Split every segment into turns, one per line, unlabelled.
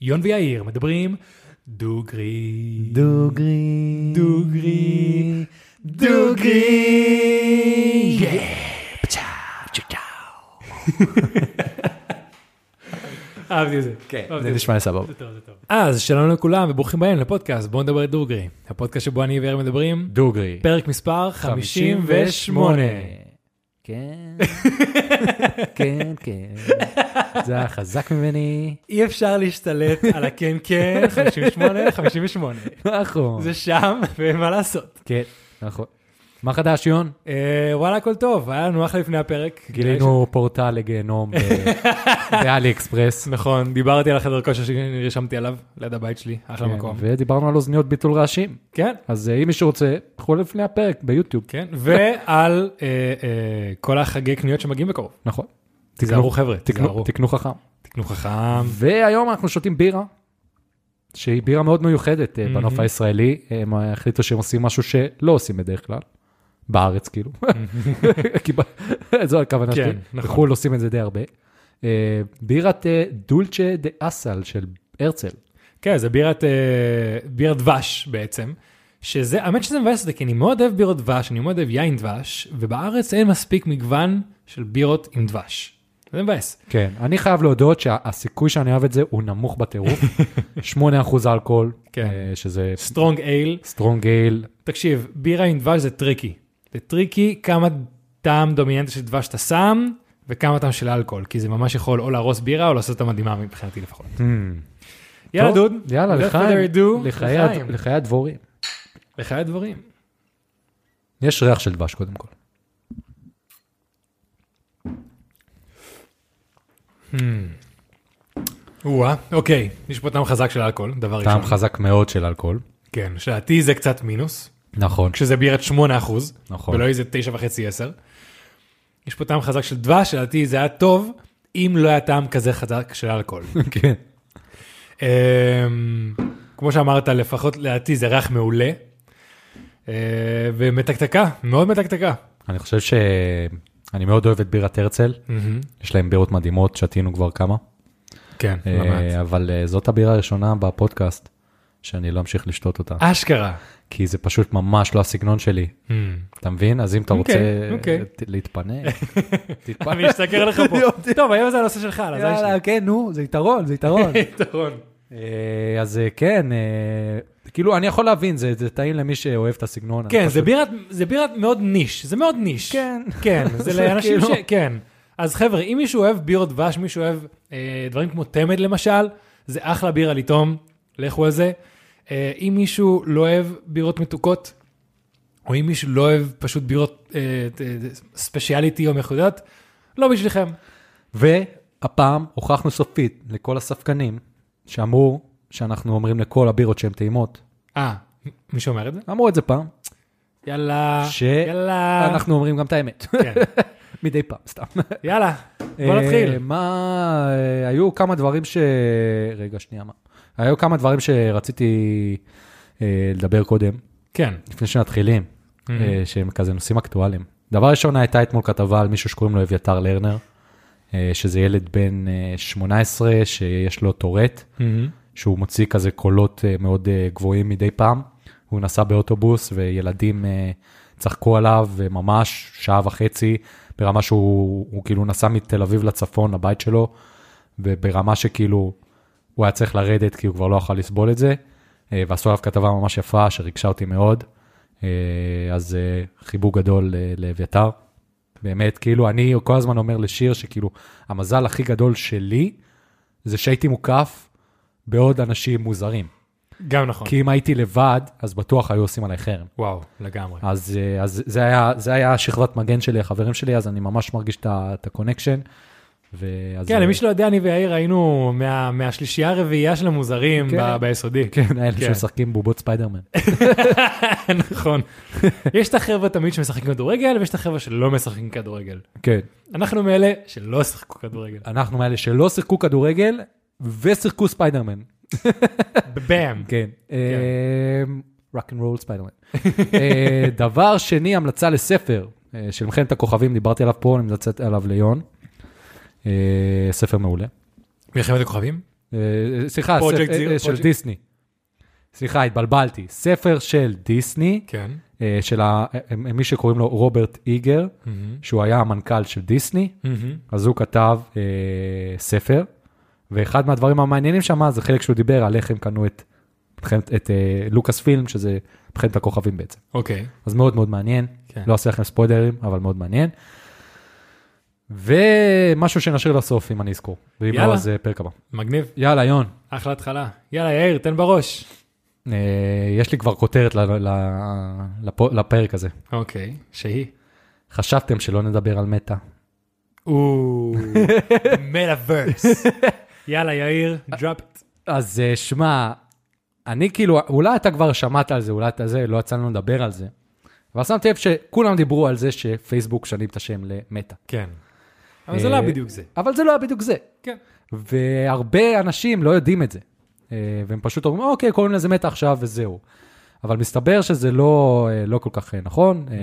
יון ויאיר מדברים דוגרי.
דוגרי.
דוגרי.
דוגרי.
אהבתי את זה.
כן,
אהבתי
זה
את
נשמע סבבה.
זה טוב, זה טוב. אז שלום לכולם וברוכים הבאים לפודקאסט בואו נדבר את דוגרי. הפודקאסט שבו אני ויאיר מדברים,
דוגרי.
פרק מספר 58.
כן. כן, כן. זה היה חזק ממני.
אי אפשר להשתלט על הכן כן, 58, 58.
נכון.
זה שם, ומה לעשות.
כן, נכון. מה חדש, יון?
אה, וואלה, הכל טוב, היה לנו אחלה לפני הפרק. אה,
גילינו פורטל לגיהנום ב- באלי אקספרס.
נכון, דיברתי על החדר כושר שנרשמתי עליו, ליד הבית שלי, אחלה
כן,
מקום.
ודיברנו על אוזניות ביטול רעשים.
כן,
אז אה, אם מישהו רוצה, קחו לפני הפרק ביוטיוב.
כן, ועל אה, אה, כל החגי קניות שמגיעים בקרוב.
נכון.
תיזהרו חבר'ה,
תקנו-
תיזהרו.
תקנו חכם.
תקנו חכם.
והיום אנחנו שותים בירה, שהיא בירה מאוד מיוחדת אה, בנוף
מהמם.
הישראלי. הם אה, החליטו שהם עושים משהו שלא עושים בדרך כלל, בארץ כאילו. כי ב- זו הכוונה
כן,
שלי.
נכון.
בחו"ל עושים את זה די הרבה. אה, בירת אה, דולצ'ה דה אסל של הרצל.
כן, זה בירת, אה, בירת דבש בעצם, שזה, האמת שזה מבאס אותי, כי אני מאוד אוהב בירות דבש, אני מאוד אוהב יין דבש, ובארץ אין מספיק מגוון של בירות עם דבש. זה מבאס.
כן, אני חייב להודות שהסיכוי שאני אוהב את זה הוא נמוך בטירוף. 8% אלכוהול,
כן.
אה, שזה
סטרונג אייל,
סטרונג גייל.
תקשיב, בירה עם דבש זה טריקי. זה טריקי כמה טעם דומיננטי של דבש אתה שם, וכמה טעם של אלכוהול, כי זה ממש יכול או להרוס בירה או לעשות אותה מדהימה מבחינתי לפחות. יאללה דוד,
יאללה,
without further
לחיים,
ado,
לחיי
לחיים.
הד- לחיי הדבורים.
לחיי הדברים.
יש ריח של דבש קודם כל.
או-אה, אוקיי, יש פה טעם חזק של אלכוהול, דבר ראשון.
טעם חזק מאוד של אלכוהול.
כן, שלדעתי זה קצת מינוס,
נכון,
כשזה בירת 8 אחוז,
נכון.
ולא איזה 9.5-10. יש פה טעם חזק של דבש, שלדעתי זה היה טוב, אם לא היה טעם כזה חזק של אלכוהול.
כן.
אמ, כמו שאמרת, לפחות לדעתי זה ריח מעולה. אה, ומתקתקה, מאוד מתקתקה.
אני חושב ש... אני מאוד אוהב את בירת הרצל, יש להם בירות מדהימות, שתינו כבר כמה.
כן,
אה, אבל אה, זאת הבירה הראשונה בפודקאסט שאני לא אמשיך לשתות אותה,
אה. אשכרה.
כי זה פשוט ממש לא הסגנון שלי.
Mm.
אתה מבין? אז אם אתה רוצה
אוקיי, אוקיי.
אה, ת- להתפנק, תתפנק.
אני אשתכר לך פה. טוב, היום זה הנושא שלך, על הזין שלי.
יאללה, כן, נו, זה יתרון, זה יתרון.
יתרון.
אה, אז אה, כן, אה, כאילו, אני יכול להבין, זה זה טעים למי שאוהב את הסגנון.
כן,
אני
זה
פשוט-
בירת, זה בירת מאוד ניש, זה מאוד ניש.
כן.
כן, זה לאנשים ש...
כאילו-
כן. אז חבר'ה, אם מישהו אוהב בירות דבש, מישהו אוהב אה, דברים כמו תמד למשל, זה אחלה בירה לטעום, לכו על זה. אה, אם מישהו לא אוהב בירות מתוקות, או אם מישהו לא אוהב פשוט בירות אה, אה, ספיישליטי או מחודד, לא בשבילכם.
והפעם הוכחנו סופית לכל הספקנים שאמרו שאנחנו אומרים לכל הבירות שהן טעימות,
אה, מי שאומר את זה?
אמרו את זה פעם,
יאללה,
ש-
יאללה.
אנחנו אומרים גם את האמת,
כן.
מדי פעם, סתם.
יאללה, אה. בוא
אה,
נתחיל.
מה, אה, היו כמה דברים ש... רגע, שנייה, מה? היו כמה דברים שרציתי אה, לדבר קודם,
כן.
לפני שמתחילים,
Mm-hmm.
אה, שהם כזה נושאים אקטואליים. דבר ראשון, הייתה אתמול כתבה על מישהו שקוראים לו אביתר לרנר, אה, שזה ילד בן אה, 18 שיש לו טורט.
Mm-hmm.
שהוא מוציא כזה קולות אה, מאוד אה, גבוהים מדי פעם. הוא נסע באוטובוס וילדים אה, צחקו עליו אה, ממש שעה וחצי, ברמה שהוא הוא כאילו נסע מתל אביב לצפון לבית שלו, וברמה שכאילו הוא היה צריך לרדת כי הוא כבר לא יכול לסבול את זה, אה, ועשו עליו כתבה ממש יפה שריגשה אותי מאוד, אה, אז אה, חיבוק גדול אה, לאביתר. באמת, כאילו, אני כל הזמן אומר לשיר שכאילו, המזל הכי גדול שלי זה שהייתי מוקף בעוד אנשים מוזרים.
גם נכון.
כי אם הייתי לבד, אז בטוח היו עושים עליי חרם.
וואו, לגמרי.
אז, אה, אז זה, היה, זה היה שכבת מגן שלי, החברים שלי, אז אני ממש מרגיש את ה- את הקונקשן. ואז-
כן, למי שלא יודע, אני ויאיר היינו מה- מהשלישייה הרביעייה של המוזרים
כן.
ב- ביסודי.
כן, האלה
כן.
שמשחקים בובות ספיידרמן.
נכון. יש את החבר'ה תמיד שמשחקים כדורגל, ויש את החבר'ה שלא משחקים כדורגל.
כן.
אנחנו מאלה שלא שיחקו כדורגל.
אנחנו מאלה שלא שיחקו כדורגל ושיחקו ספיידרמן.
באם.
כן. אה,
כן.
רוק אנד רול ספיידרמן. אה, דבר שני, המלצה לספר אה, של מלחמת הכוכבים, דיברתי עליו פה, אני מלצת עליו ליון. אה, ספר מעולה.
מלחמת הכוכבים?
אה, סליחה,
Project
ספר-
Zero,
אה, אה, של
Project-
דיסני. סליחה, התבלבלתי. ספר של דיסני,
כן.
אה, של ה- אה, אה, מי שקוראים לו רוברט איגר,
Mm-hmm.
שהוא היה המנכ"ל של דיסני, אז הוא כתב אה, ספר, ואחד מהדברים המעניינים שם זה חלק שהוא דיבר על איך הם קנו את, מלחמת- את אה, לוקאס פילם, שזה מלחמת הכוכבים בעצם.
אוקיי.
אז מאוד מאוד מעניין,
כן.
כן. לא אעשה לכם ספוילרים, אבל מאוד מעניין. ומשהו שנשאיר לסוף, אם אני אזכור. ואם
יאללה.
לא, אז אה, פרק הבא.
מגניב,
יאללה, יון,
אחלה התחלה. יאללה, יאיר, תן בראש.
אה, יש לי כבר כותרת ל- ל- ל- לפ- לפרק הזה.
אוקיי, שהיא.
חשבתם שלא נדבר על מטא.
או, מטאוורס. יאללה, יאיר, drop it.
אז אה, שמע, אני כאילו, אולי אתה כבר שמעת על זה, אולי אתה זה, לא יצא לנו לדבר על זה. אבל שמתי לב שכולם דיברו על זה שפייסבוק שנים את השם למטא.
כן. אבל זה לא
אה,
היה בדיוק זה.
אבל זה לא היה בדיוק זה.
כן.
והרבה אנשים לא יודעים את זה. אה, והם פשוט אומרים, אוקיי, קוראים לזה מטא עכשיו וזהו. אבל מסתבר שזה לא, אה, לא כל כך אה, נכון. אה,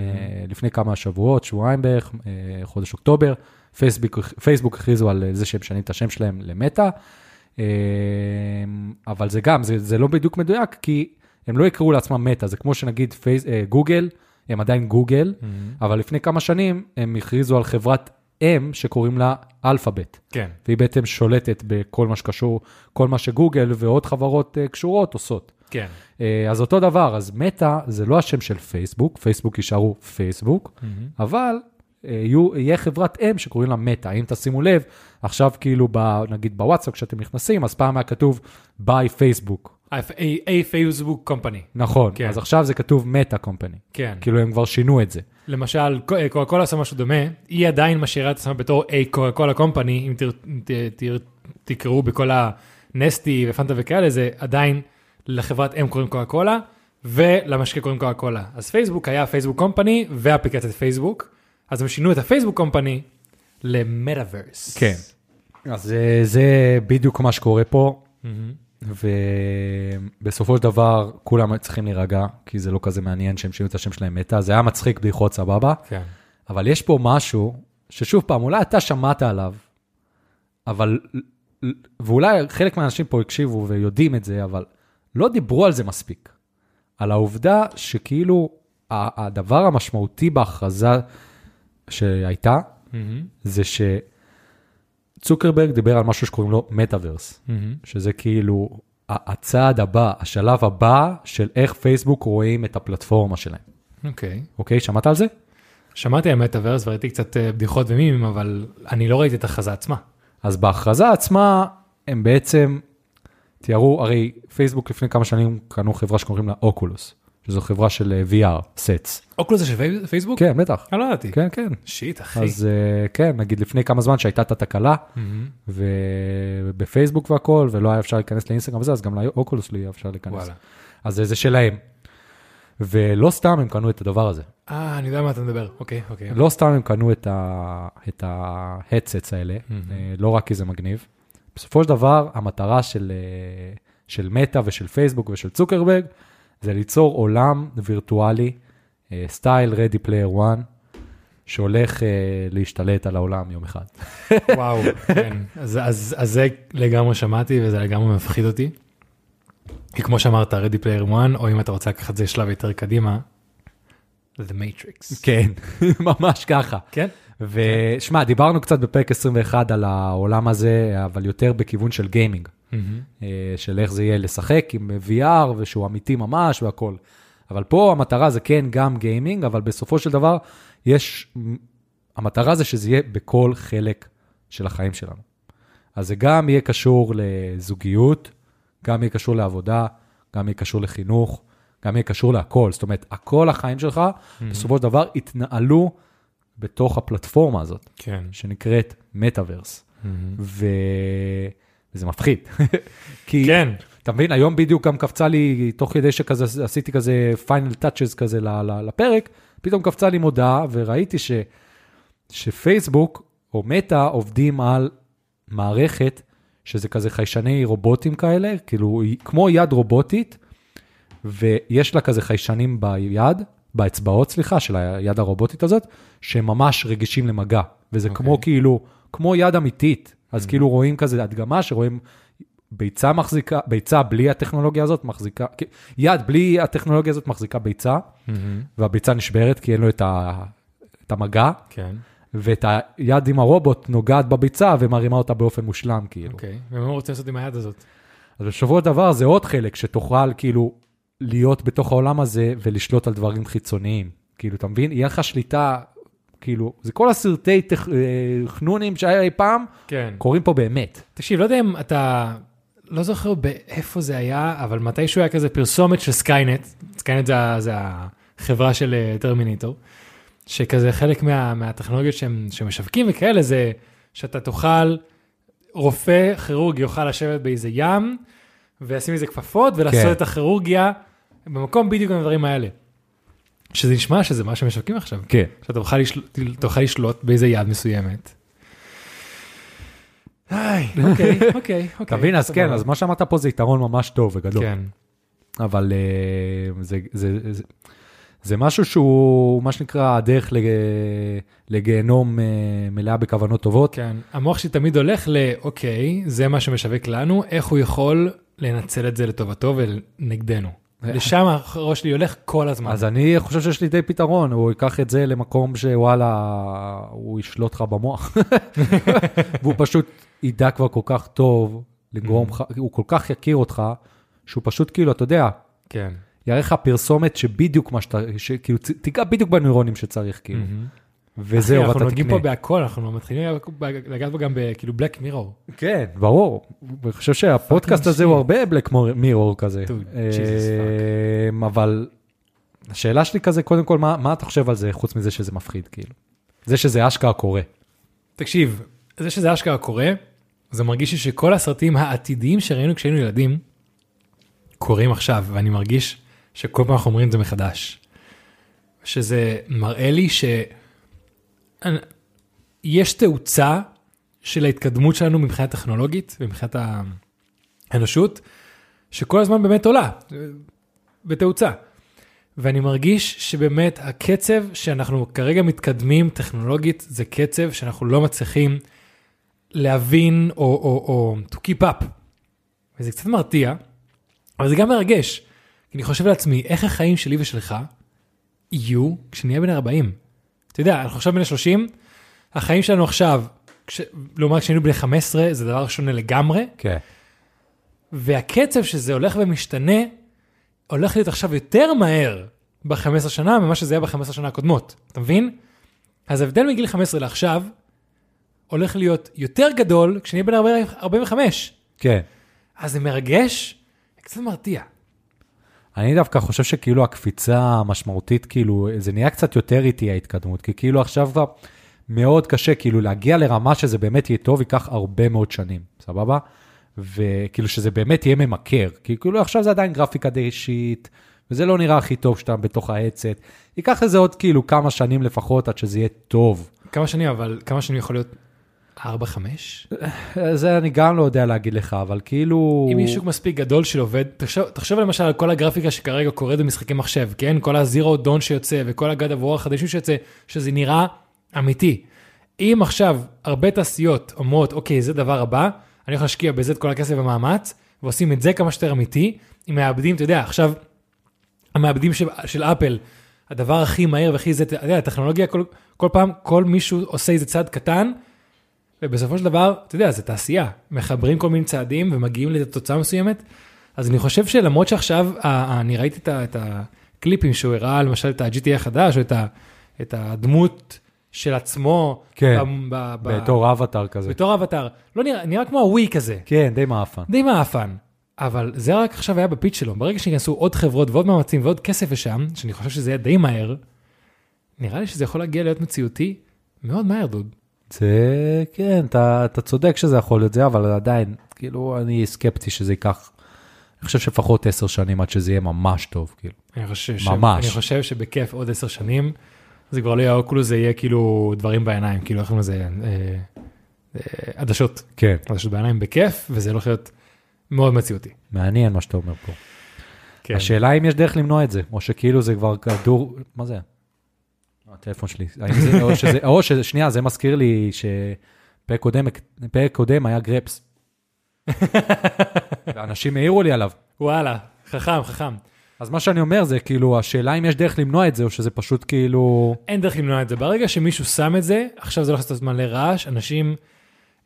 לפני כמה שבועות, שבועיים בערך, אה, חודש אוקטובר, פייסבוק, פייסבוק הכריזו על אה, זה שהם משנים את השם שלהם למטא. אה, אבל זה גם, זה, זה לא בדיוק מדויק, כי הם לא יקראו לעצמם מטא, זה כמו שנגיד פייס, אה, גוגל, הם עדיין גוגל,
Mm-hmm.
אבל לפני כמה שנים הם הכריזו על חברת אם שקוראים לה אלפאבית.
כן.
והיא בעצם שולטת בכל מה שקשור, כל מה שגוגל ועוד חברות אה, קשורות עושות.
כן.
אה, אז אותו דבר, אז מטא זה לא השם של פייסבוק, פייסבוק יישארו פייסבוק,
Mm-hmm.
אבל אה, יהיו, יהיה חברת אם שקוראים לה מטא. אם תשימו לב, עכשיו כאילו, ב, נגיד בוואטסאפ כשאתם נכנסים, אז פעם היה כתוב ביי פייסבוק.
a Facebook company.
נכון,
כן.
כן. אז עכשיו זה כתוב מטא קומפני.
כן.
כאילו הם כבר שינו את זה.
למשל, אה, קוקה קולה עושה משהו דומה, היא עדיין משאירה את עצמה בתור איי קוקה קולה קומפני, אם תר- ת- ת- תקראו בכל הנסטי ופנטה וכאלה, זה עדיין לחברת אם קוראים קוקה קולה, ולמשקה קוראים קוקה קולה. אז פייסבוק היה פייסבוק קומפני ואפליקציית פייסבוק, אז הם שינו את הפייסבוק קומפני למטאוורס.
כן. אז זה, זה בדיוק מה שקורה פה, ובסופו של דבר כולם צריכים להירגע, כי זה לא כזה מעניין שהם שינו את השם שלהם מטא, זה היה מצחיק בדיחות סבבה,
כן.
אבל יש פה משהו ששוב פעם, אולי אתה שמעת עליו, אבל, ואולי חלק מהאנשים פה הקשיבו ויודעים את זה, אבל לא דיברו על זה מספיק. על העובדה שכאילו ה- הדבר המשמעותי בהכרזה שהייתה,
מהמם,
זה שצוקרברג דיבר על משהו שקוראים לו מטאוורס,
מהמם.
שזה כאילו ה- הצעד הבא, השלב הבא של איך פייסבוק רואים את הפלטפורמה שלהם.
אוקיי.
אוקיי, שמעת על זה?
שמעתי על מטאוורס וראיתי קצת אה, בדיחות ומימים, אבל אני לא ראיתי את החזה עצמה.
אז בהכרזה עצמה, הם בעצם תיארו, הרי פייסבוק לפני כמה שנים קנו חברה שקוראים לה אוקולוס, שזו חברה של אה, VR, סטס.
אוקולוס זה של פי- פייסבוק?
כן, בטח.
אה, לא ידעתי.
כן, כן.
שיט, אחי.
אז אה, כן, נגיד לפני כמה זמן שהייתה את התקלה,
מהמם.
ובפייסבוק והכל, ולא היה אפשר להיכנס לאינסטגרם וזה, אז גם לאוקולוס לא היה אפשר להיכנס.
וואלה.
אז זה- זה שלהם. ולא סתם הם קנו את הדבר הזה.
אה, אני יודע מה אתה מדבר. אוקיי, אוקיי.
לא סתם הם קנו את ה- את ההדסטס האלה, אה, לא רק כי זה מגניב. בסופו של דבר, המטרה של, אה, של מטא ושל פייסבוק ושל צוקרברג, זה ליצור עולם וירטואלי, אה, סטייל רדי פלייר 1, שהולך אה, להשתלט על העולם יום אחד.
וואו, כן. אז, אז, אז זה לגמרי שמעתי וזה לגמרי מפחיד אותי. כי כמו שאמרת, Ready Player One, או אם אתה רוצה לקחת את זה שלב יותר קדימה, The Matrix.
כן, ממש ככה.
כן?
ושמע, דיברנו קצת בפרק 21 על העולם הזה, אבל יותר בכיוון של גיימינג, אה, של איך זה יהיה לשחק עם VR ושהוא אמיתי ממש והכל. אבל פה המטרה זה כן גם גיימינג, אבל בסופו של דבר יש, המטרה זה שזה יהיה בכל חלק של החיים שלנו. אז זה גם יהיה קשור לזוגיות, גם יהיה קשור לעבודה, גם יהיה קשור לחינוך, גם יהיה קשור להכל. זאת אומרת, הכל החיים שלך, בסופו של דבר, יתנהלו בתוך הפלטפורמה הזאת,
כן.
שנקראת מטאוורס. ו... וזה מפחיד. כי,
כן.
אתה מבין, היום בדיוק גם קפצה לי, תוך כדי שכזה עשיתי כזה פיינל טאצ'ס כזה ל- ל- לפרק, פתאום קפצה לי מודעה וראיתי ש... שפייסבוק או מטא עובדים על מערכת שזה כזה חיישני רובוטים כאלה, כאילו היא כמו יד רובוטית, ויש לה כזה חיישנים ביד, באצבעות, סליחה, של היד הרובוטית הזאת, שהם ממש רגישים למגע, וזה okay. כמו כאילו, כמו יד אמיתית, אז כאילו רואים כזה הדגמה שרואים ביצה מחזיקה, ביצה בלי הטכנולוגיה הזאת מחזיקה, כי- יד בלי הטכנולוגיה הזאת מחזיקה ביצה, והביצה נשברת כי אין לו את, ה, את המגע,
כן,
ואת היד עם הרובוט נוגעת בביצה ומרימה אותה באופן מושלם, כאילו.
אוקיי. ומה הוא רוצה לעשות עם היד הזאת? אוקיי.
אז בסופו של דבר זה עוד חלק שתוכל כאילו להיות בתוך העולם הזה ולשלוט על דברים חיצוניים. כאילו, אתה מבין? יהיה לך שליטה, כאילו, זה כל הסרטי תכ- אה, חנונים שהיה אי פעם,
כן.
קורים פה באמת.
תקשיב, לא יודע אם אתה, לא זוכר באיפה זה היה, אבל מתישהו היה כזה פרסומת של סקיינט, סקיינט זה, ה- זה החברה של אה, טרמיניטור, שכזה חלק מה, מהטכנולוגיות שהם, שמשווקים וכאלה, זה שאתה תוכל, רופא, כירורג יוכל לשבת באיזה ים, וישים איזה כפפות, ולעשות
כן.
את הכירורגיה במקום בדיוק עם הדברים האלה. שזה נשמע שזה מה שמשווקים עכשיו.
כן.
שאתה תוכל לשלוט, תוכל לשלוט באיזה יד מסוימת. היי, אוקיי, אוקיי, אוקיי.
אתה מבין? אז כן,
סבבה.
אז מה שאמרת פה זה יתרון ממש טוב וגדול.
כן,
אבל אה, זה, זה, זה, זה משהו שהוא, מה שנקרא, הדרך לג, לגיהנום אה, מלאה בכוונות טובות.
כן. המוח שלי תמיד הולך לאוקיי, זה מה שמשווק לנו, איך הוא יכול לנצל את זה לטובתו ונגדנו. לשם הראש שלי הולך כל הזמן.
אז אני חושב שיש לי די פתרון, הוא ייקח את זה למקום שוואלה, הוא ישלוט לך במוח. והוא פשוט ידע כבר כל כך טוב
Mm-hmm.
לגרום לך, הוא כל כך יכיר אותך, שהוא פשוט כאילו, אתה יודע,
כן.
יראה לך פרסומת שבדיוק מה שאתה, שכאילו, צ- תיגע בדיוק בנוירונים שצריך, כאילו. וזהו,
Mm-hmm. אחי,
ואתה
אנחנו
תקנה.
נוגעים פה בהכל, אנחנו לא מתחילים לגעת בו גם כאילו בלק מירור.
כן, ברור. אני חושב שהפודקאסט הזה הוא הרבה בלק מירור כזה.
Dude,
אה,
Jesus
אבל השאלה שלי כזה, קודם כל, מה מה אתה חושב על זה, חוץ מזה שזה מפחיד, כאילו? זה שזה אשכרה קורה.
תקשיב, זה שזה אשכרה קורה, זה מרגיש לי שכל הסרטים העתידיים שראינו כשהיינו ילדים, קורים עכשיו, ואני מרגיש שכל פעם אנחנו אומרים את זה מחדש. שזה מראה לי ש... אני- יש תאוצה של ההתקדמות שלנו מבחינה טכנולוגית, ומבחינת האנושות, שכל הזמן באמת עולה, בתאוצה. ואני מרגיש שבאמת הקצב שאנחנו כרגע מתקדמים טכנולוגית, זה קצב שאנחנו לא מצליחים להבין או, או, או to keep up. וזה קצת מרתיע, אבל זה גם מרגש. כי אני חושב לעצמי, איך החיים שלי ושלך יהיו כשנהיה בן 40? אתה יודע, אנחנו עכשיו בני 30, החיים שלנו עכשיו, כש... לעומת כשהיינו בני 15, זה דבר שונה לגמרי,
כן.
והקצב שזה הולך ומשתנה, הולך להיות עכשיו יותר מהר ב-15 שנה ממה שזה היה ב-15 שנה הקודמות, אתה מבין? אז ההבדל מגיל 15 לעכשיו, הולך להיות יותר גדול כשנהיה בן 40 45.
כן.
אז זה מרגש, קצת מרתיע.
אני דווקא חושב שכאילו הקפיצה המשמעותית, כאילו, זה נהיה קצת יותר איטי ההתקדמות, כי כאילו עכשיו כבר מאוד קשה, כאילו, להגיע לרמה שזה באמת יהיה טוב, ייקח הרבה מאוד שנים, סבבה? וכאילו, שזה באמת יהיה ממכר, כי כאילו עכשיו זה עדיין גרפיקה די אישית, וזה לא נראה הכי טוב שאתה בתוך העצת. ייקח לזה עוד כאילו כמה שנים לפחות עד שזה יהיה טוב.
כמה שנים, אבל כמה שנים יכול להיות? 4-5?
זה אני גם לא יודע להגיד לך, אבל כאילו...
אם יש שוק מספיק גדול של עובד, תחשוב, תחשוב למשל על כל הגרפיקה שכרגע קורית במשחקי מחשב, כן? כל הזירו דון שיוצא וכל הגד עבור החדשים שיוצא, שזה נראה אמיתי. אם עכשיו הרבה תעשיות אומרות, אוקיי, זה דבר הבא, אני הולך להשקיע בזה את כל הכסף והמאמץ, ועושים את זה כמה שיותר אמיתי, עם מעבדים, אתה יודע, עכשיו, המעבדים של, של אפל, הדבר הכי מהיר והכי זה, אתה יודע, הטכנולוגיה, כל, כל פעם, כל מישהו עושה איזה צעד קטן, ובסופו של דבר, אתה יודע, זה תעשייה. מחברים כל מיני צעדים ומגיעים לתוצאה מסוימת. אז אני חושב שלמרות שעכשיו, ה- ה- אני ראיתי את ה- את הקליפים שהוא הראה, למשל את ה-GTA החדש, או את ה- את הדמות של עצמו,
כן,
ב- ב- ב-
בתור אבטאר כזה.
בתור אבטאר, לא נראה, נראה כמו הווי כזה,
כן, די מעפן.
די מעפן. אבל זה רק עכשיו היה בפיץ שלו, ברגע שייכנסו עוד חברות ועוד מאמצים ועוד כסף לשם, שאני חושב שזה יהיה די מהר, נראה לי שזה יכול להגיע להיות מציאותי מאוד מהר, דוד.
זה, כן, אתה, אתה צודק שזה יכול להיות זה, אבל עדיין, כאילו, אני סקפטי שזה ייקח, אני חושב שלפחות עשר שנים עד שזה יהיה ממש טוב, כאילו.
אני חושב, ש...
ממש.
אני חושב שבכיף עוד עשר שנים, זה כבר לא יהיה אוקולוס, זה יהיה כאילו דברים בעיניים, כאילו איך קוראים לזה, אה, אה, עדשות,
כן.
עדשות בעיניים בכיף, וזה הולך להיות מאוד מציאותי.
מעניין מה שאתה אומר פה.
כן.
השאלה אם יש דרך למנוע את זה, או שכאילו זה כבר כדור, מה זה? לא, הטלפון שלי. האם זה, או שזה, או שזה, שנייה, זה מזכיר לי שפרק קודם, פרק קודם היה גרפס. ואנשים העירו לי עליו.
וואלה, חכם, חכם.
אז מה שאני אומר זה כאילו, השאלה אם יש דרך למנוע את זה, או שזה פשוט כאילו...
אין דרך למנוע את זה. ברגע שמישהו שם את זה, עכשיו זה לא לעשות את הזמן לרעש, אנשים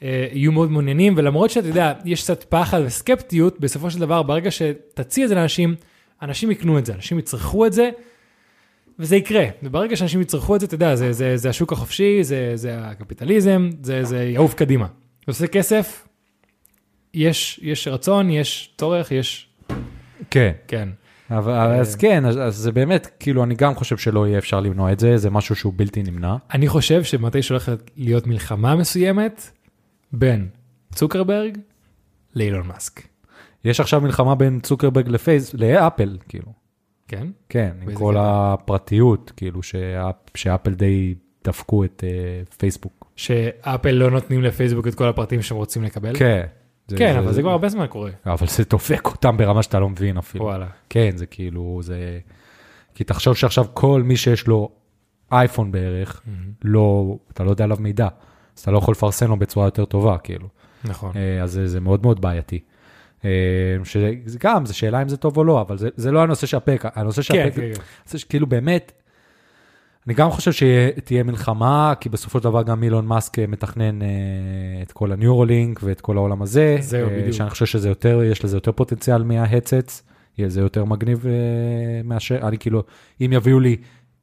אה, יהיו מאוד מעוניינים, ולמרות שאתה יודע, יש קצת פחד וסקפטיות, בסופו של דבר, ברגע שתציע את זה לאנשים, אנשים יקנו את זה, אנשים יצרכו את זה, וזה יקרה. וברגע שאנשים יצרכו את זה, אתה יודע, זה, זה, זה השוק החופשי, זה, זה הקפיטליזם, זה, זה יעוף קדימה. זה עושה כסף, יש, יש רצון, יש צורך, יש...
כן.
כן.
אבל, אז כן, אז, אז זה באמת, כאילו, אני גם חושב שלא יהיה אפשר למנוע את זה, זה משהו שהוא בלתי נמנע.
אני חושב שמתי שהולכת להיות מלחמה מסוימת בין צוקרברג לאילון מאסק.
יש עכשיו מלחמה בין צוקרברג לפייס, לאפל, כאילו.
כן?
כן, עם
באיזה
כל
קטע?
הפרטיות, כאילו, שאפ- שאפל די דפקו את אה, פייסבוק.
שאפל לא נותנים לפייסבוק את כל הפרטים שהם רוצים לקבל?
כן.
כן, אבל זה כבר הרבה זמן קורה.
אבל זה דופק אותם ברמה שאתה לא מבין אפילו.
וואלה.
כן, זה כאילו, זה... כי תחשוב שעכשיו כל מי שיש לו אייפון בערך, לא, אתה לא יודע עליו מידע, אז אתה לא יכול לפרסם לו בצורה יותר טובה, כאילו.
נכון.
אה, אז זה, זה מאוד מאוד בעייתי. אה, שזה גם, זו שאלה אם זה טוב או לא, אבל זה, זה לא הנושא של הפרק, הנושא של
כן,
הפרק,
כן, כן.
זה שכאילו באמת, אני גם חושב שתהיה מלחמה, כי בסופו של דבר גם אילון מאסק אה, מתכנן אה, את כל הניורולינק ואת כל העולם הזה.
זהו,
אה,
בדיוק.
שאני חושב שזה יותר, יש לזה יותר פוטנציאל מההצץ, יהיה זה יותר מגניב אה, מאשר, אני כאילו, אם יביאו לי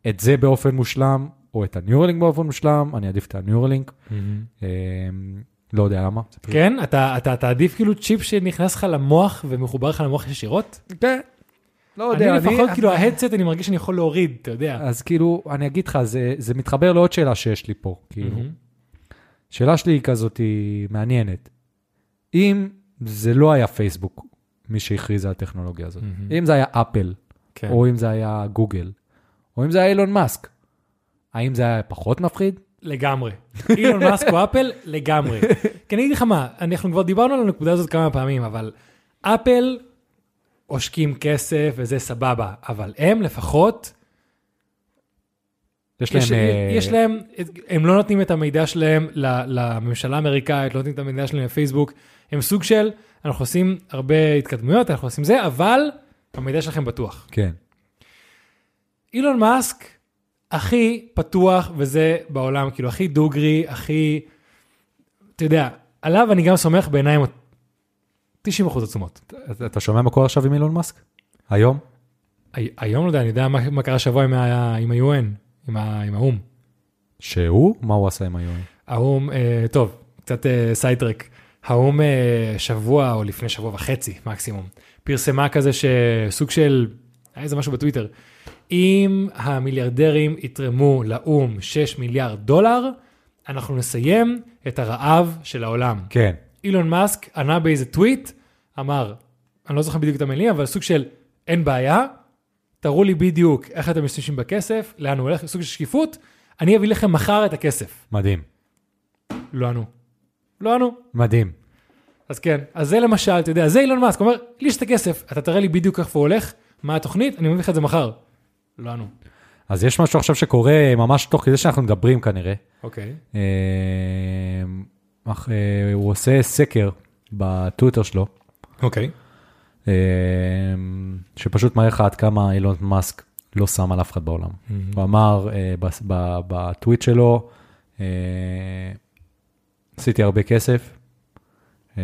את זה באופן מושלם, או את הניורלינק באופן מושלם, אני אעדיף את הניורלינק. אה, לא יודע למה. זה פשוט-
כן? אתה אתה תעדיף כאילו צ'יפ שנכנס לך למוח ומחובר לך למוח ישירות?
כן. לא
אני
יודע,
לפחות, כאילו, ההדסט, אני מרגיש שאני יכול להוריד, אתה יודע.
אז כאילו, אני אגיד לך, זה, זה מתחבר לעוד שאלה שיש לי פה, כאילו.
מהמם.
שאלה שלי היא כזאת היא מעניינת. אם זה לא היה פייסבוק, מי שהכריז על הטכנולוגיה הזאת,
מהמם.
אם זה היה אפל,
כן.
אה, או אם זה היה גוגל, או אם זה היה אילון מאסק, האם זה היה פחות מפחיד?
לגמרי. אילון מאסק או אפל, לגמרי. כי אני אגיד לך מה, אנחנו כבר דיברנו על הנקודה הזאת כמה פעמים, אבל אפל עושקים כסף וזה סבבה, אבל הם לפחות,
יש להם...
יש,
אה,
יש להם, הם לא נותנים את המידע שלהם ל- לממשלה האמריקאית, לא נותנים את המידע שלהם לפייסבוק, הם סוג של, אנחנו עושים הרבה התקדמויות, אנחנו עושים זה, אבל המידע שלכם בטוח.
כן,
אילון מאסק הכי פתוח וזה בעולם, כאילו הכי דוגרי, הכי, אתה יודע, עליו אני גם סומך בעיניים 90 אחוז עצומות.
אתה- אתה שומע מה קורה עכשיו עם אילון מאסק? היום?
הי- היום לא יודע, אני יודע מה, מה קרה השבוע עם, ה- עם ה-UN, עם, ה- עם האו"ם.
שהוא? מה הוא עשה עם היום?
האו"ם, אה, טוב, קצת אה, סייטרק. האו"ם אה, שבוע או לפני שבוע וחצי מקסימום, פרסמה כזה שסוג של, היה איזה משהו בטוויטר, אם המיליארדרים יתרמו לאו"ם 6 מיליארד דולר, אנחנו נסיים את הרעב של העולם.
כן,
אילון מאסק ענה באיזה טוויט, אמר, אני לא זוכר בדיוק את המילים, אבל סוג של אין בעיה, תראו לי בדיוק איך אתם משתמשים בכסף, לאן הוא הולך, סוג של שקיפות, אני אביא לכם מחר את הכסף.
מדהים,
לא ענו. לא ענו.
מדהים.
אז כן, אז זה למשל, אתה יודע, זה אילון מאסק, הוא אומר, לי יש את הכסף, אתה תראה לי בדיוק איפה הוא הולך, מה התוכנית, אני מביא לך את זה מחר. לא ענו.
אז יש משהו עכשיו שקורה ממש תוך כדי שאנחנו מדברים כנראה.
אוקיי.
אה, אך, אה, הוא עושה סקר בטוויטר שלו,
אוקיי.
אה, שפשוט מראה לך עד כמה אילון מאסק לא שם על אף אחד בעולם. הוא אמר אה, בס- ב- בטוויט שלו, אה, עשיתי הרבה כסף, אה,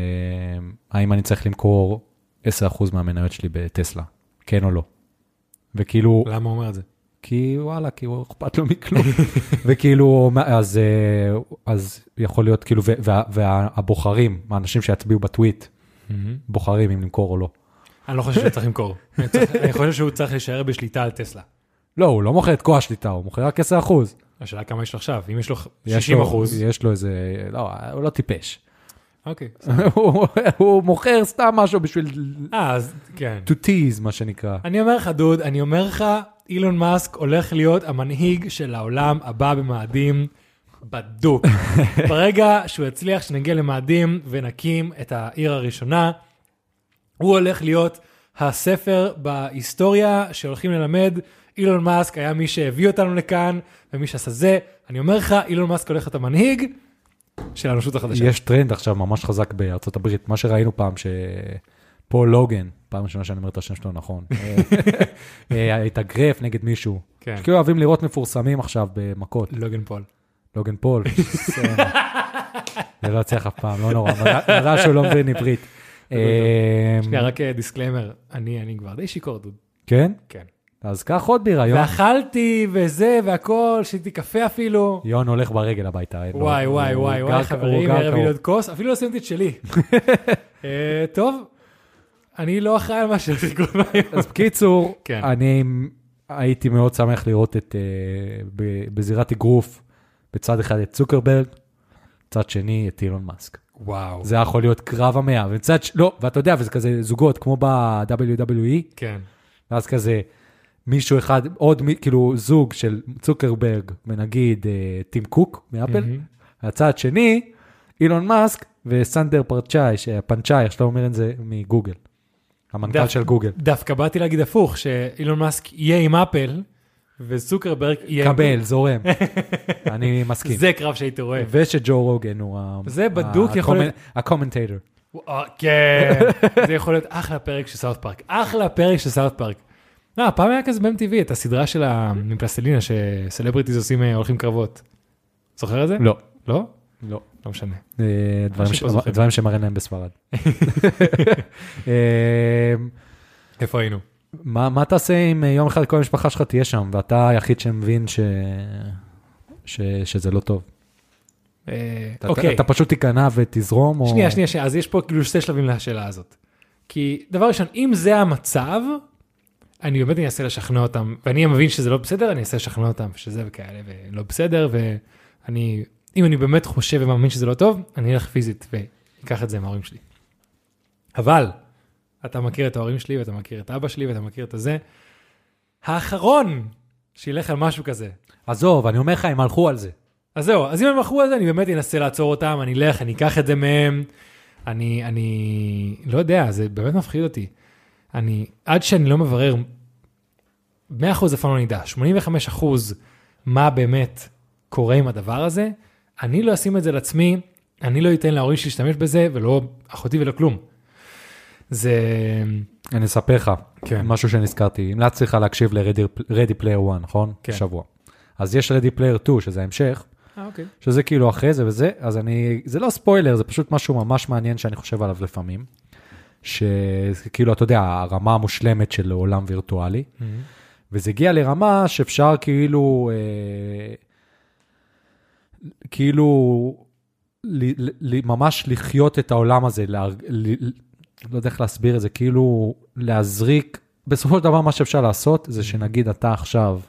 האם אני צריך למכור 10% מהמניות שלי בטסלה, כן או לא? וכאילו,
למה הוא אומר את זה?
כי וואלה, כי הוא אכפת לו מכלום. וכאילו, מה- אז, אה, אז יכול להיות, כאילו, והבוחרים, וה, וה, הבוחרים, האנשים שיצביעו בטוויט, בוחרים אם למכור או לא.
Mm-hmm. אני לא חושב שצריך למכור. אני צריך- אני חושב שהוא צריך להישאר בשליטה על טסלה.
לא, הוא לא מוכר את כל השליטה, הוא מוכר רק 10 אחוז.
השאלה כמה יש לו עכשיו, אם יש לו 60 אחוז.
יש לו איזה, לא, הוא לא טיפש.
אוקיי.
הוא, הוא מוכר סתם משהו בשביל
אה, אז כן.
to tease, מה שנקרא.
אני אומר לך, דוד, אני אומר לך, אילון מאסק הולך להיות המנהיג של העולם הבא במאדים בדוק. ברגע שהוא יצליח שנגיע למאדים ונקים את העיר הראשונה, הוא הולך להיות הספר בהיסטוריה שהולכים ללמד. אילון מאסק היה מי שהביא אותנו לכאן, ומי שעשה זה. אני אומר לך, אילון מאסק הולך להיות המנהיג, של האנושות החדשה.
יש טרנד עכשיו ממש חזק בארצות הברית, מה שראינו פעם, שפול לוגן, פעם ראשונה שאני אומר את השם שלו נכון, אה, התאגרף נגד מישהו.
כן.
כאילו אוהבים לראות מפורסמים עכשיו במכות,
לוגן פול.
לוגן פול. זה לא יצליח אף פעם, לא נורא, מזל- מזל שהוא לא מבין עברית. אה,
לא שנייה, רק אה, דיסקליימר, אני, אני כבר די שיכור, דוד.
כן?
כן.
אז קח עוד בירה, יון.
ואכלתי וזה והכל, שתיתי קפה אפילו.
יון הולך ברגל הביתה. אין לו-
וואי
הוא-
וואי
הוא
וואי
לא, גר
וואי
ק- הוא
חברים,
גר
ערב
קרוב.
ילד כוס, אפילו לא סיימתי את שלי. אה, טוב, אני לא אחראי על מה שעשיתי כל היום.
אז בקיצור,
לא- כן.
אני הייתי מאוד שמח לראות את, אה, ב- בזירת אגרוף, בצד אחד את צוקרברג, בצד שני את אילון מאסק.
וואו.
זה היה יכול להיות קרב המאה, ובצד, ש- לא, ואתה יודע, וזה כזה זוגות, כמו E, ב-WWE,
כן.
ואז כזה מישהו אחד, עוד מי- כאילו זוג של צוקרברג, ונגיד אה, טים קוק מאפל,
מהמם.
הצד שני, אילון מאסק וסנדר פרצ'אי, ש- פנצ'אי, איך שאתה אומר את זה, מגוגל. המנכ"ל
דף-
של גוגל.
דווקא באתי להגיד הפוך, שאילון מאסק יהיה עם אפל, וזוקרברג יהיה... עם-
קבל, זורם. אני מסכים.
זה קרב שהייתי רואה.
ושג'ו רוגן הוא ה...
זה בדוק
ה-
יכול להיות-
הקומנ- הקומנטייטור.
וואו, כן, זה יכול להיות אחלה פרק של סאוט פארק, אחלה פרק של סאוט פארק. לא, פעם היה כזה ב-MTV, את הסדרה של הפלסטלינה, שסלבריטיז עושים, אה, הולכים קרבות. זוכר את זה?
לא.
לא?
לא.
לא משנה.
אה, דברים
משהו
ש-
פה זוכר.
דברים שמראים להם בספרד. אה,
איפה היינו?
מה מה תעשה אם אה, יום אחד כל המשפחה שלך תהיה שם, ואתה היחיד שמבין ש- ש- שזה לא טוב?
אה,
אתה-
אוקיי,
אתה פשוט תיכנע ותזרום, או...
שנייה, שנייה, שנייה, אז יש פה כאילו שתי שלבים לשאלה הזאת. כי דבר ראשון, אם זה המצב, אני באמת אנסה לשכנע אותם, ואני מבין שזה לא בסדר, אני אנסה לשכנע אותם שזה וכאלה, ולא בסדר, ואני, אם אני באמת חושב ומאמין שזה לא טוב, אני אלך פיזית ואקח את זה מההורים שלי. אבל, אתה מכיר את ההורים שלי, ואתה מכיר את אבא שלי, ואתה מכיר את הזה. האחרון שילך על משהו כזה,
עזוב, אני אומר לך, הם הלכו על זה.
אז זהו, אז אם הם מכרו את זה, אני באמת אנסה לעצור אותם, אני אלך, אני אקח את זה מהם. אני, אני לא יודע, זה באמת מפחיד אותי. אני, עד שאני לא מברר, 100% אף פעם לא נדע, 85% מה באמת קורה עם הדבר הזה, אני לא אשים את זה לעצמי, אני לא אתן להורים שלי להשתמש בזה, ולא אחותי ולא כלום. זה...
אני אספר לך
כן.
משהו שנזכרתי, המלצתי לך להקשיב ל-Ready Player 1, נכון?
כן.
שבוע. אז יש Ready Player 2, שזה ההמשך,
אה, אוקיי.
שזה כאילו אחרי זה וזה, אז אני, זה לא ספוילר, זה פשוט משהו ממש מעניין שאני חושב עליו לפעמים, שכאילו, אתה יודע, הרמה המושלמת של עולם וירטואלי,
Mm-hmm.
וזה הגיע לרמה שאפשר כאילו, אה, כאילו, ל, ל, ל, ממש לחיות את העולם הזה, לה, ל, ל, לא יודע איך להסביר את זה, כאילו להזריק, בסופו של דבר מה שאפשר לעשות זה שנגיד אתה עכשיו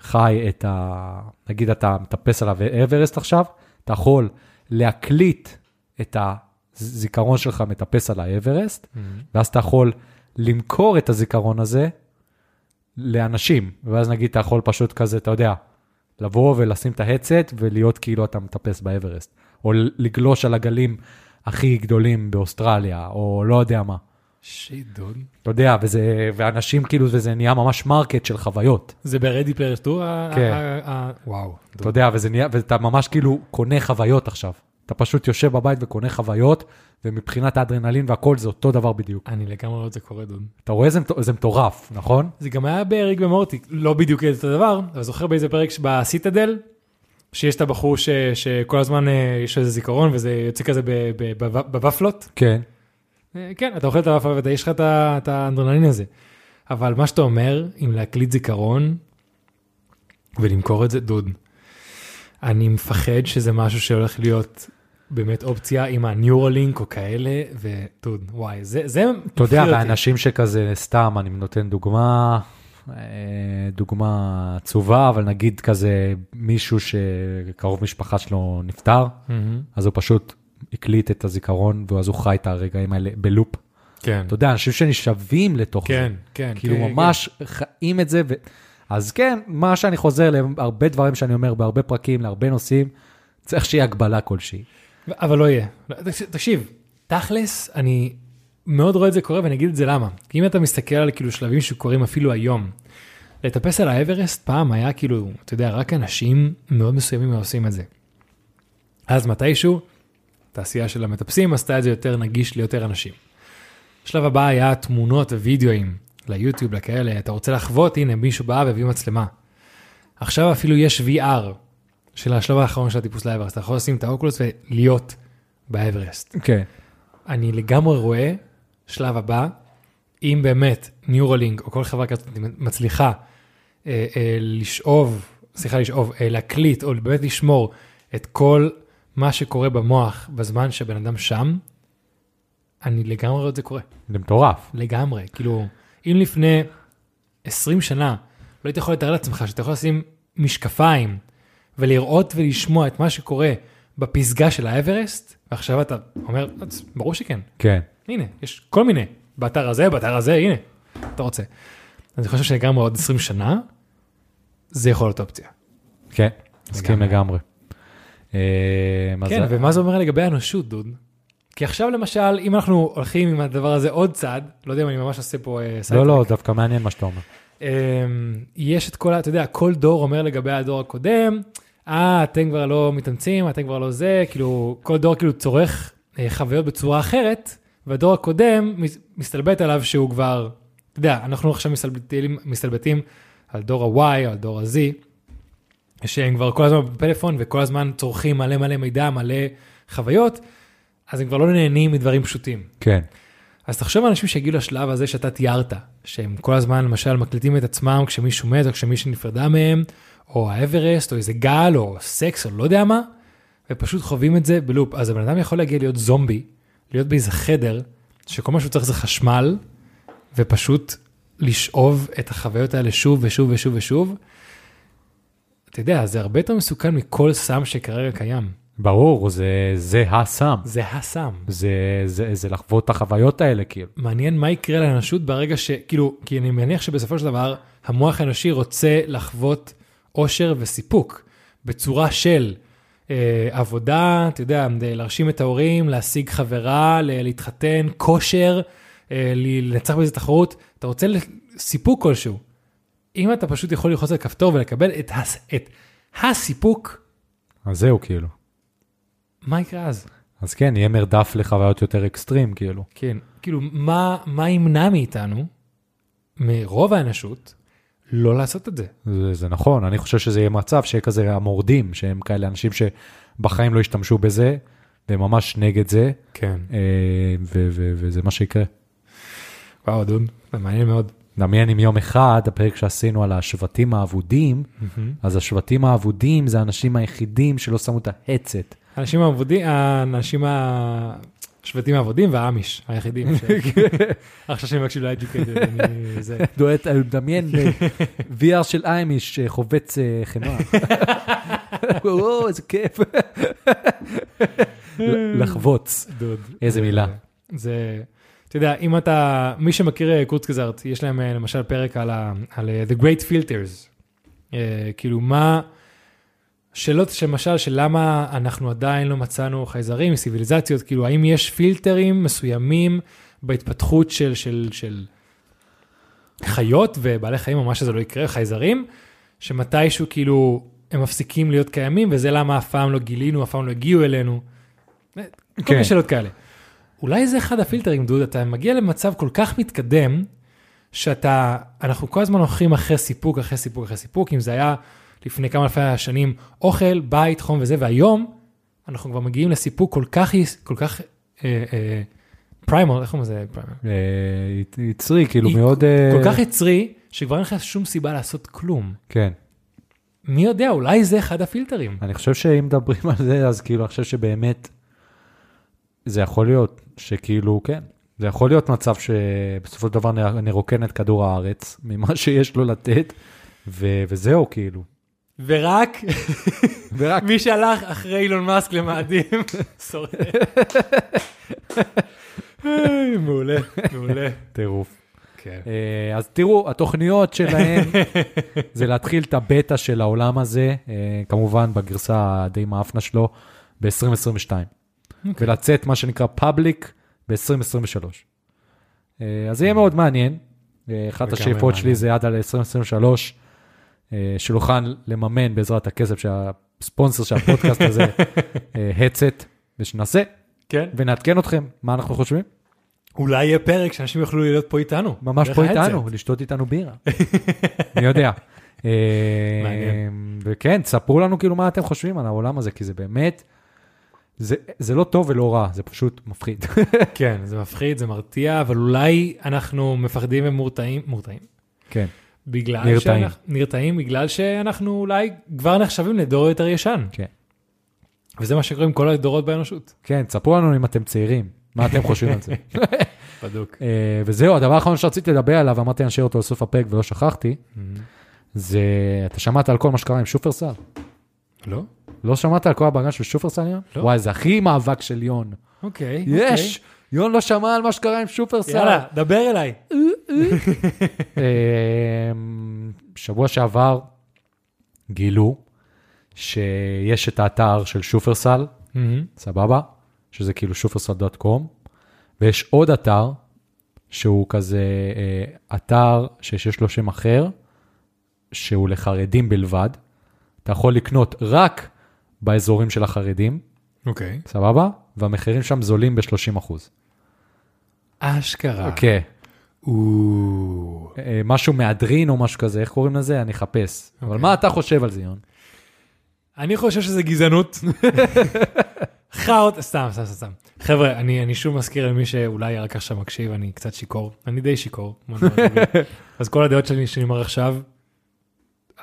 חי את ה... נגיד אתה מטפס על האברסט עכשיו, אתה יכול להקליט את הזיכרון שלך מטפס על האברסט, ואז אתה יכול למכור את הזיכרון הזה לאנשים, ואז נגיד אתה יכול פשוט כזה, אתה יודע, לבוא ולשים את ההדסט ולהיות כאילו אתה מטפס באברסט, או לגלוש על הגלים הכי גדולים באוסטרליה, או לא יודע מה.
שיט, דוד.
אתה יודע, וזה, ואנשים כאילו, וזה נהיה ממש מרקט של חוויות.
זה ב-ready player 2?
כן.
וואו.
אתה יודע, וזה נהיה, ואתה ממש כאילו קונה חוויות עכשיו. אתה פשוט יושב בבית וקונה חוויות, ומבחינת האדרנלין והכל זה אותו דבר בדיוק.
אני לגמרי רואה את זה קורה, דוד.
אתה רואה איזה מט- זה מטורף, נכון?
זה גם היה בריק ומורטי, לא בדיוק את הדבר, אבל זוכר באיזה פרק בסיטדל, שיש את הבחור ש, שכל הזמן אה, יש איזה זיכרון וזה יוצא כזה ב- ב- בו- בוואפלות.
כן.
אה, כן, אתה אוכל את הוואפל ואתה יש לך את ה- את האנדרנלין הזה. אבל מה שאתה אומר, אם להקליט זיכרון ולמכור את זה, דוד, אני מפחד שזה משהו שהולך להיות באמת אופציה עם הניורלינק או כאלה, ודוד, וואי, זה, זה
אתה יודע,
מפחיד אותי.
ואנשים שכזה, סתם, אני נותן דוגמה, אה, דוגמה עצובה, אבל נגיד כזה מישהו שקרוב משפחה שלו נפטר,
מהמם.
אז הוא פשוט הקליט את הזיכרון, ואז הוא חי את הרגעים האלה בלופ.
כן,
אתה יודע, אנשים שנשאבים לתוך זה.
כן, כן.
כאילו
כן,
ממש חיים את זה. ו... אז כן, מה שאני חוזר להרבה דברים שאני אומר בהרבה פרקים, להרבה נושאים, צריך שיהיה הגבלה כלשהי.
אבל לא יהיה. לא, תקש- תקשיב, תכלס, אני מאוד רואה את זה קורה ואני אגיד את זה למה. כי אם אתה מסתכל על כאילו שלבים שקורים אפילו היום, לטפס על האברסט פעם היה כאילו, אתה יודע, רק אנשים מאוד מסוימים היו עושים את זה. אז מתישהו, התעשייה של המטפסים עשתה את זה יותר נגיש ליותר אנשים. השלב הבא היה תמונות ווידאוים ליוטיוב, לכאלה, אתה רוצה לחוות, הנה מישהו בא והביא מצלמה. עכשיו אפילו יש VR של השלב האחרון של הטיפוס לאברסט, אתה יכול לשים את האוקולוס ולהיות באברסט.
כן.
אני לגמרי רואה שלב הבא, אם באמת ניורלינג או כל חברה כזאת מצליחה אה, אה, לשאוב, סליחה לשאוב, אה, להקליט או באמת לשמור את כל מה שקורה במוח בזמן שבן אדם שם, אני לגמרי רואה את זה קורה,
זה מטורף.
לגמרי. כאילו, אם לפני 20 שנה לא היית יכול לתאר לעצמך שאתה יכול לשים משקפיים ולראות ולשמוע את מה שקורה בפסגה של האברסט, ועכשיו אתה אומר, "אז ברור שכן,
כן.
הנה, יש כל מיני, באתר הזה, באתר הזה, הנה, אתה רוצה. אז אני חושב שגם עוד 20 שנה, זה יכול להיות אופציה.
כן, מסכים
לגמרי.
לגמרי. אה, מה
כן,
זה-
ומה זה אומר לגבי האנושות, דוד? כי עכשיו למשל, אם אנחנו הולכים עם הדבר הזה עוד צעד, לא יודע אם אני ממש עושה פה אה,
לא,
סייד-טרק.
לא, דווקא מעניין מה שאתה אומר.
אמ, יש את כל, ה- אתה יודע, כל דור אומר לגבי הדור הקודם, אה, אתם כבר לא מתאמצים, אתם כבר לא זה, כאילו, כל דור כאילו צורך אה, חוויות בצורה אחרת, והדור הקודם מס- מסתלבט עליו שהוא כבר, אתה יודע, אנחנו עכשיו מסתלבטים, מסתלבטים על דור ה-Y, על דור ה-Z, שהם כבר כל הזמן בפלאפון וכל הזמן צורכים מלא מלא מידע, מלא חוויות, אז הם כבר לא נהנים מדברים פשוטים.
כן,
אז תחשוב על אנשים שהגיעו לשלב הזה שאתה תיארת, שהם כל הזמן למשל מקליטים את עצמם כשמישהו מת או כשמישהי נפרדה מהם, או האברסט, או איזה גל, או סקס, או לא יודע מה, ופשוט חווים את זה בלופ. אז הבן אדם יכול להגיע להיות זומבי, להיות באיזה חדר, שכל מה שהוא צריך זה חשמל, ופשוט לשאוב את החוויות האלה שוב ושוב ושוב ושוב. אתה יודע, זה הרבה יותר מסוכן מכל סם שכרגע קיים.
ברור, זה- זה הסם.
זה הסם.
זה- זה זה לחוות את החוויות האלה, כאילו.
מעניין מה יקרה לאנושות ברגע ש... כאילו, כי אני מניח שבסופו של דבר, המוח האנושי רוצה לחוות אושר וסיפוק בצורה של אה, עבודה, אתה יודע, להרשים את ההורים, להשיג חברה, ל- להתחתן, כושר, אה, ל- לנצח באיזה תחרות. אתה רוצה סיפוק כלשהו. אם אתה פשוט יכול ללחוץ על כפתור ולקבל את, הס... את הסיפוק,
אז זהו, כאילו.
מה יקרה אז?
אז כן, יהיה מרדף לחוויות יותר אקסטרים, כאילו.
כן, כאילו, מה, מה ימנע מאיתנו, מרוב האנושות, לא לעשות את זה?
זה, זה נכון, אני חושב שזה יהיה מצב שיהיה כזה המורדים, שהם כאלה אנשים שבחיים לא ישתמשו בזה, והם ממש נגד זה,
כן.
אה, ו- ו- וזה מה שיקרה.
וואו, אדון, זה מעניין מאוד.
דמיין אם יום אחד, הפרק שעשינו על השבטים האבודים, אז השבטים האבודים זה האנשים היחידים שלא שמו את ההצת.
האנשים העבודים, האנשים ה... השבטים העבודים והאמיש, היחידים. ש-
כן.
עכשיו שאני מקשיב ל-Educated, אני זה.
דואט, דמיין VR של איימיש אה, חובץ חמאה. וואו, איזה כיף. לחבוץ.
דוד.
איזה מילה.
זה, אתה יודע, אם אתה, מי שמכיר אה, קורצקזארט, יש להם אה, למשל פרק על, ה, על אה, The Great Filters. אה, כאילו, מה, שאלות שלמשל, של למה אנחנו עדיין לא מצאנו חייזרים, סיביליזציות, כאילו, האם יש פילטרים מסוימים בהתפתחות של, של, של חיות ובעלי חיים, או מה שזה לא יקרה, חייזרים, שמתישהו כאילו, הם מפסיקים להיות קיימים, וזה למה אף פעם לא גילינו, אף פעם לא הגיעו אלינו. כל מיני שאלות כאלה. אולי זה אחד הפילטרים, דוד, אתה מגיע למצב כל כך מתקדם, שאתה, אנחנו כל הזמן הולכים אחרי סיפוק, אחרי סיפוק, אחרי סיפוק, אם זה היה לפני כמה אלפי שנים אוכל, בית, חום וזה, והיום אנחנו כבר מגיעים לסיפוק כל כך, יס- כל כך אה, אה, פריימל, איך אומרים לזה פריימל?
אה, יצ- יצרי, כאילו
היא
מאוד... אה,
כל כך יצרי, שכבר אין לך שום סיבה לעשות כלום.
כן.
מי יודע, אולי זה אחד הפילטרים.
אני חושב שאם מדברים על זה, אז כאילו, אני חושב שבאמת, זה יכול להיות, שכאילו, כן, זה יכול להיות מצב שבסופו של דבר נ- נרוקן את כדור הארץ ממה שיש לו לתת, ו- וזהו, כאילו.
ורק
ורק
מי שהלך אחרי אילון מאסק למאדים, שורד. היי, מעולה, מעולה.
טירוף.
כן.
אה, אז תראו, התוכניות שלהם זה להתחיל את הבטא של העולם הזה, אה, כמובן בגרסה הדי מאפנה שלו, ב-2022.
אוקיי.
ולצאת מה שנקרא פאבליק ב-2023. אז זה יהיה מאוד מעניין. אה, אחת
לגמרי
השאיפות
מעניין.
שלי זה עד על 2023, אה, שנוכל לממן בעזרת הכסף הספונסר של הפודקאסט הזה, אה, headset, ושנעשה,
כן.
ונעדכן אתכם מה אנחנו חושבים.
אולי יהיה פרק שאנשים יוכלו להיות פה איתנו.
ממש
דרך
פה
ההדסט.
איתנו, לשתות איתנו בירה. אני יודע. אה,
מעניין.
וכן, ספרו לנו כאילו מה אתם חושבים על העולם הזה, כי זה באמת, זה, זה לא טוב ולא רע, זה פשוט מפחיד.
כן, זה מפחיד, זה מרתיע, אבל אולי אנחנו מפחדים ומורתעים, מורתעים.
כן.
בגלל
נרתעים.
שאנחנו- נרתעים, בגלל שאנחנו אולי כבר נחשבים לדור יותר ישן.
כן.
וזה מה שקורה עם כל הדורות באנושות.
כן, תספרו לנו אם אתם צעירים, מה אתם חושבים על זה.
בדוק.
אה, וזהו, הדבר האחרון שרציתי לדבר עליו, אמרתי אני אשאיר אותו לסוף הפרק ולא שכחתי,
Mm-hmm.
זה, אתה שמעת על כל מה שקרה עם שופרסל?
לא?
לא שמעת על כל הבגן של שופרסל, יון?
לא.
וואי, זה הכי מאבק של יון.
אוקיי.
יש! יון לא שמע על מה שקרה עם
אוקיי.
שופרסל.
יאללה, דבר אליי.
אמ, שבוע שעבר גילו שיש את האתר של שופרסל, סבבה? שזה כאילו שופרסל.com, ויש עוד אתר שהוא כזה אה, אתר שיש לו שם אחר, שהוא לחרדים בלבד. אתה יכול לקנות רק באזורים של החרדים,
אוקיי.
סבבה? והמחירים שם זולים ב-30 אחוז.
אשכרה.
כן.
או.
אה, משהו מהדרין או משהו כזה, איך קוראים לזה? אני אחפש. אבל
אוקיי.
מה אתה חושב על זה, יון?
אני חושב שזה גזענות. חאוט, סתם, סתם, סתם, סתם. חבר'ה, אני, אני שוב מזכיר למי שאולי רק עכשיו מקשיב, אני קצת שיכור. אני די שיכור. מה אני אומר על זה? אז כל הדעות שלי שאני אומר עכשיו,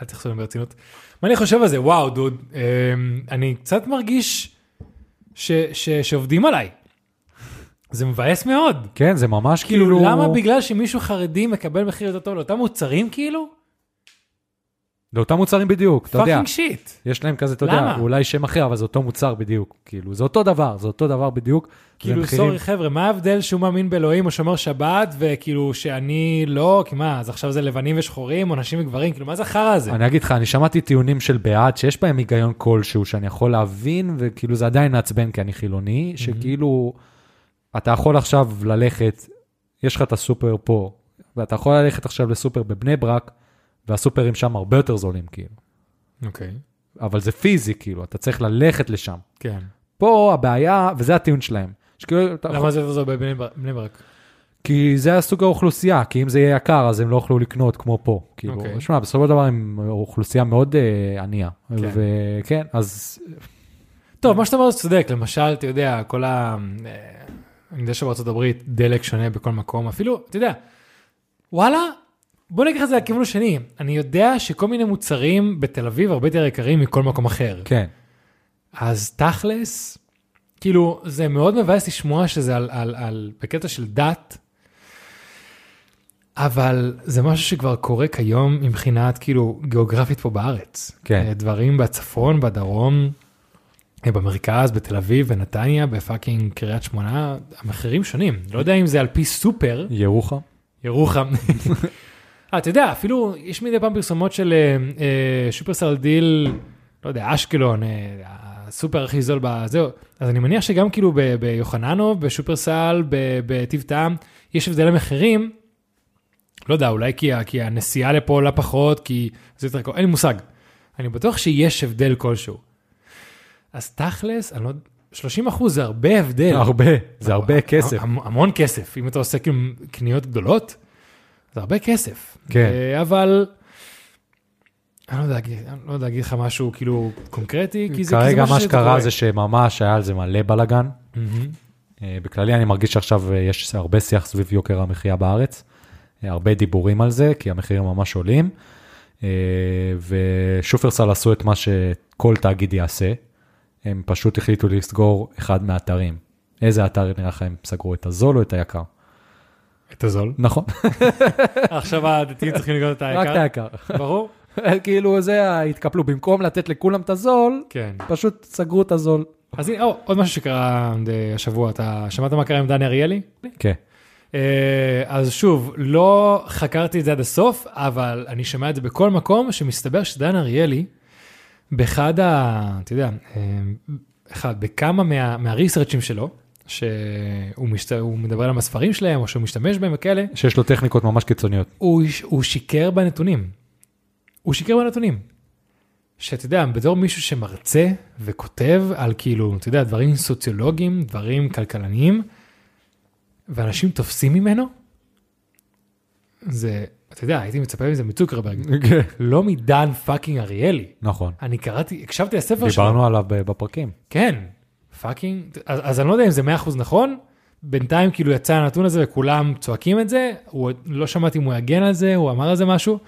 אל תחשוב עליהן ברצינות. מה אני חושב על זה? וואו, דוד, אמ, אני קצת מרגיש ש, ש, שעובדים עליי. זה מבאס מאוד.
כן, זה ממש
כאילו,
כאילו...
למה בגלל שמישהו חרדי מקבל מחיר יותר טוב לאותם מוצרים כאילו?
לאותם מוצרים בדיוק, אתה יודע.
פאקינג שיט.
יש להם כזה, אתה יודע,
למה?
אולי שם אחר, אבל זה אותו מוצר בדיוק. כאילו, זה אותו דבר, זה אותו דבר בדיוק.
כאילו,
ומחירים-
סורי חבר'ה, מה ההבדל שהוא מאמין באלוהים או שומר שבת, וכאילו שאני לא, כי מה, אז עכשיו זה לבנים ושחורים או נשים וגברים, כאילו, מה זה החרא הזה?
אני אגיד לך, אני שמעתי טיעונים של בעד שיש בהם היגיון כלשהו שאני יכול להבין, וכאילו זה עדיין מעצבן כי אני חילוני, שכאילו, אתה יכול עכשיו ללכת, יש לך את הסופר פה, ואתה יכול ללכת עכשיו לסופר בבני ברק, והסופרים שם הרבה יותר זולים, כאילו.
אוקיי,
אבל זה פיזי, כאילו, אתה צריך ללכת לשם.
כן.
פה הבעיה, וזה הטיעון שלהם. שכאילו, אתה
למה זה זה בבני בר- בני ברק?
כי זה הסוג האוכלוסייה, כי אם זה יהיה יקר, אז הם לא יוכלו לקנות כמו פה. כאילו,
אוקיי.
okay. שמע, בסופו של דבר הם אוכלוסייה מאוד אה, ענייה. כן. וכן, אז
טוב, מה שאתה אומר זה צודק, למשל, אתה יודע, כל ה... אה, אני יודע שבארצות הברית דלק שונה בכל מקום, אפילו, אתה יודע, וואלה, בוא ניקח את זה לכיוון השני. אני יודע שכל מיני מוצרים בתל אביב הרבה יותר יקרים מכל מקום אחר.
כן,
אז תכלס, כאילו, זה מאוד מבאס לשמוע שזה על, על, על, בקטע של דת, אבל זה משהו שכבר קורה כיום מבחינת, כאילו, גיאוגרפית פה בארץ.
כן.
אה, דברים בצפון, בדרום, אה, במרכז, בתל אביב, בנתניה, בפאקינג קריית שמונה, המחירים שונים. לא יודע אם זה על פי סופר,
ירוחם.
ירוחם. אה, אתה יודע, אפילו יש מדי פעם פרסומות של אה, אה, שופרסל דיל, לא יודע, אשקלון, אה, הסופר הכי זול בזהו. אז אני מניח שגם כאילו ב- ביוחננוב, בשופרסל, ב- בטיב טעם, יש הבדלי מחירים. לא יודע, אולי כי, ה- כי הנסיעה לפה עולה פחות, כי זה יותר קרוב, אין לי מושג. אני בטוח שיש הבדל כלשהו. אז תכלס, אני לא... 30 אחוז זה הרבה הבדל.
כן, הרבה, זה הרבה כסף.
המ, המון כסף, אם אתה עושה כאילו קניות גדולות, זה הרבה כסף.
כן.
אה, אבל, אני לא יודע להגיד- אני לא יודע להגיד לך משהו כאילו קונקרטי, כי זה, כי זה
כרגע
משהו
מה
שאתה
שקרה
רואה.
זה שממש היה על זה מלא בלאגן.
מהמם.
אה, בכללי אני מרגיש שעכשיו אה, יש הרבה שיח סביב יוקר המחיה בארץ, אה, הרבה דיבורים על זה, כי המחירים ממש עולים, אה, ושופרסל עשו את מה שכל תאגיד יעשה, הם פשוט החליטו לסגור אחד מהאתרים. איזה אתר נראה לך הם סגרו, את הזול או את היקר?
את הזול.
נכון,
עכשיו הדתיים צריכים לקנות את
רק את
היקר.
היקר.
ברור?
כאילו זה, ה- התקפלו, במקום לתת לכולם את הזול,
כן.
פשוט סגרו את הזול.
אז הנה, או, עוד משהו שקרה אה, השבוע, אתה שמעת מה קרה עם דני אריאלי?
כן,
אה, אז שוב, לא חקרתי את זה עד הסוף, אבל אני שומע את זה בכל מקום, שמסתבר שדן אריאלי, באחד ה... אתה יודע, אה, אחד, בכמה מה, מהריסרצ'ים שלו, שהוא משת, הוא מדבר עליהם בספרים שלהם, או שהוא משתמש בהם וכאלה,
שיש לו טכניקות ממש קיצוניות.
הוא, הוא שיקר בנתונים. הוא שיקר בנתונים. שאתה יודע, בתור מישהו שמרצה וכותב על כאילו, אתה יודע, דברים סוציולוגיים, דברים כלכלניים, ואנשים תופסים ממנו, זה, אתה יודע, הייתי מצפה מזה מצוקרברג, לא מדן פאקינג אריאלי.
נכון.
אני קראתי, הקשבתי לספר שלו.
דיברנו עליו ב- בפרקים.
כן, פאקינג, אז, אז אני לא יודע אם זה 100% נכון, בינתיים כאילו יצא הנתון הזה וכולם צועקים את זה, הוא עוד- לא שמעתי אם הוא יגן על זה, הוא אמר על זה משהו,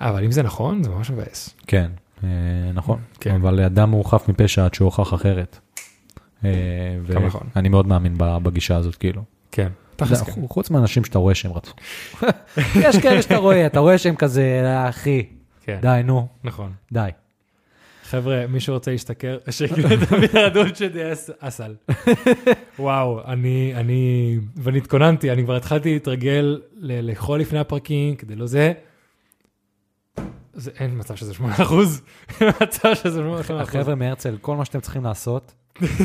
אבל אם זה נכון, זה ממש מבאס.
כן, אה, נכון.
כן.
אבל אדם הוא חף מפשע עד שהוכח אחרת. אה,
כמה נכון.
ואני מאוד מאמין ב- בגישה הזאת, כאילו.
כן.
זה- חוץ מאנשים שאתה רואה שהם רצו. יש כאלה שאתה רואה, אתה רואה שהם כזה, "אה, אחי,
כן,
די, נו,
נכון.
די.
חבר'ה, מי שרוצה להשתכר, שיקנה את אביר הדול שלי אס- אסל. וואו, אני, אני, ואני התכוננתי, אני כבר התחלתי להתרגל ל- לכל לפני הפרקים, כדי לא זה. זה אין מצב שזה 8 אחוז, אין מצב שזה 8 אחוז.
החבר'ה מהרצל, כל מה שאתם צריכים לעשות,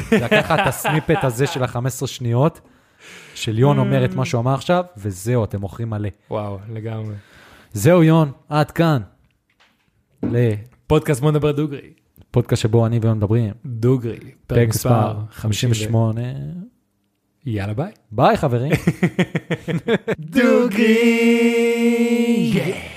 זה לקחת את הסניפט הזה של ה-15 שניות, של יון אומר את מה שהוא אמר עכשיו, וזהו, אתם מוכרים מלא.
וואו, לגמרי.
זהו, יון, עד כאן.
פודקאסט בוא נדבר דוגרי.
לפודקאסט שבו אני ויון מדברים.
דוגרי,
פרק מספר 58.
יאללה ביי.
ביי, חברים.
דוגרי!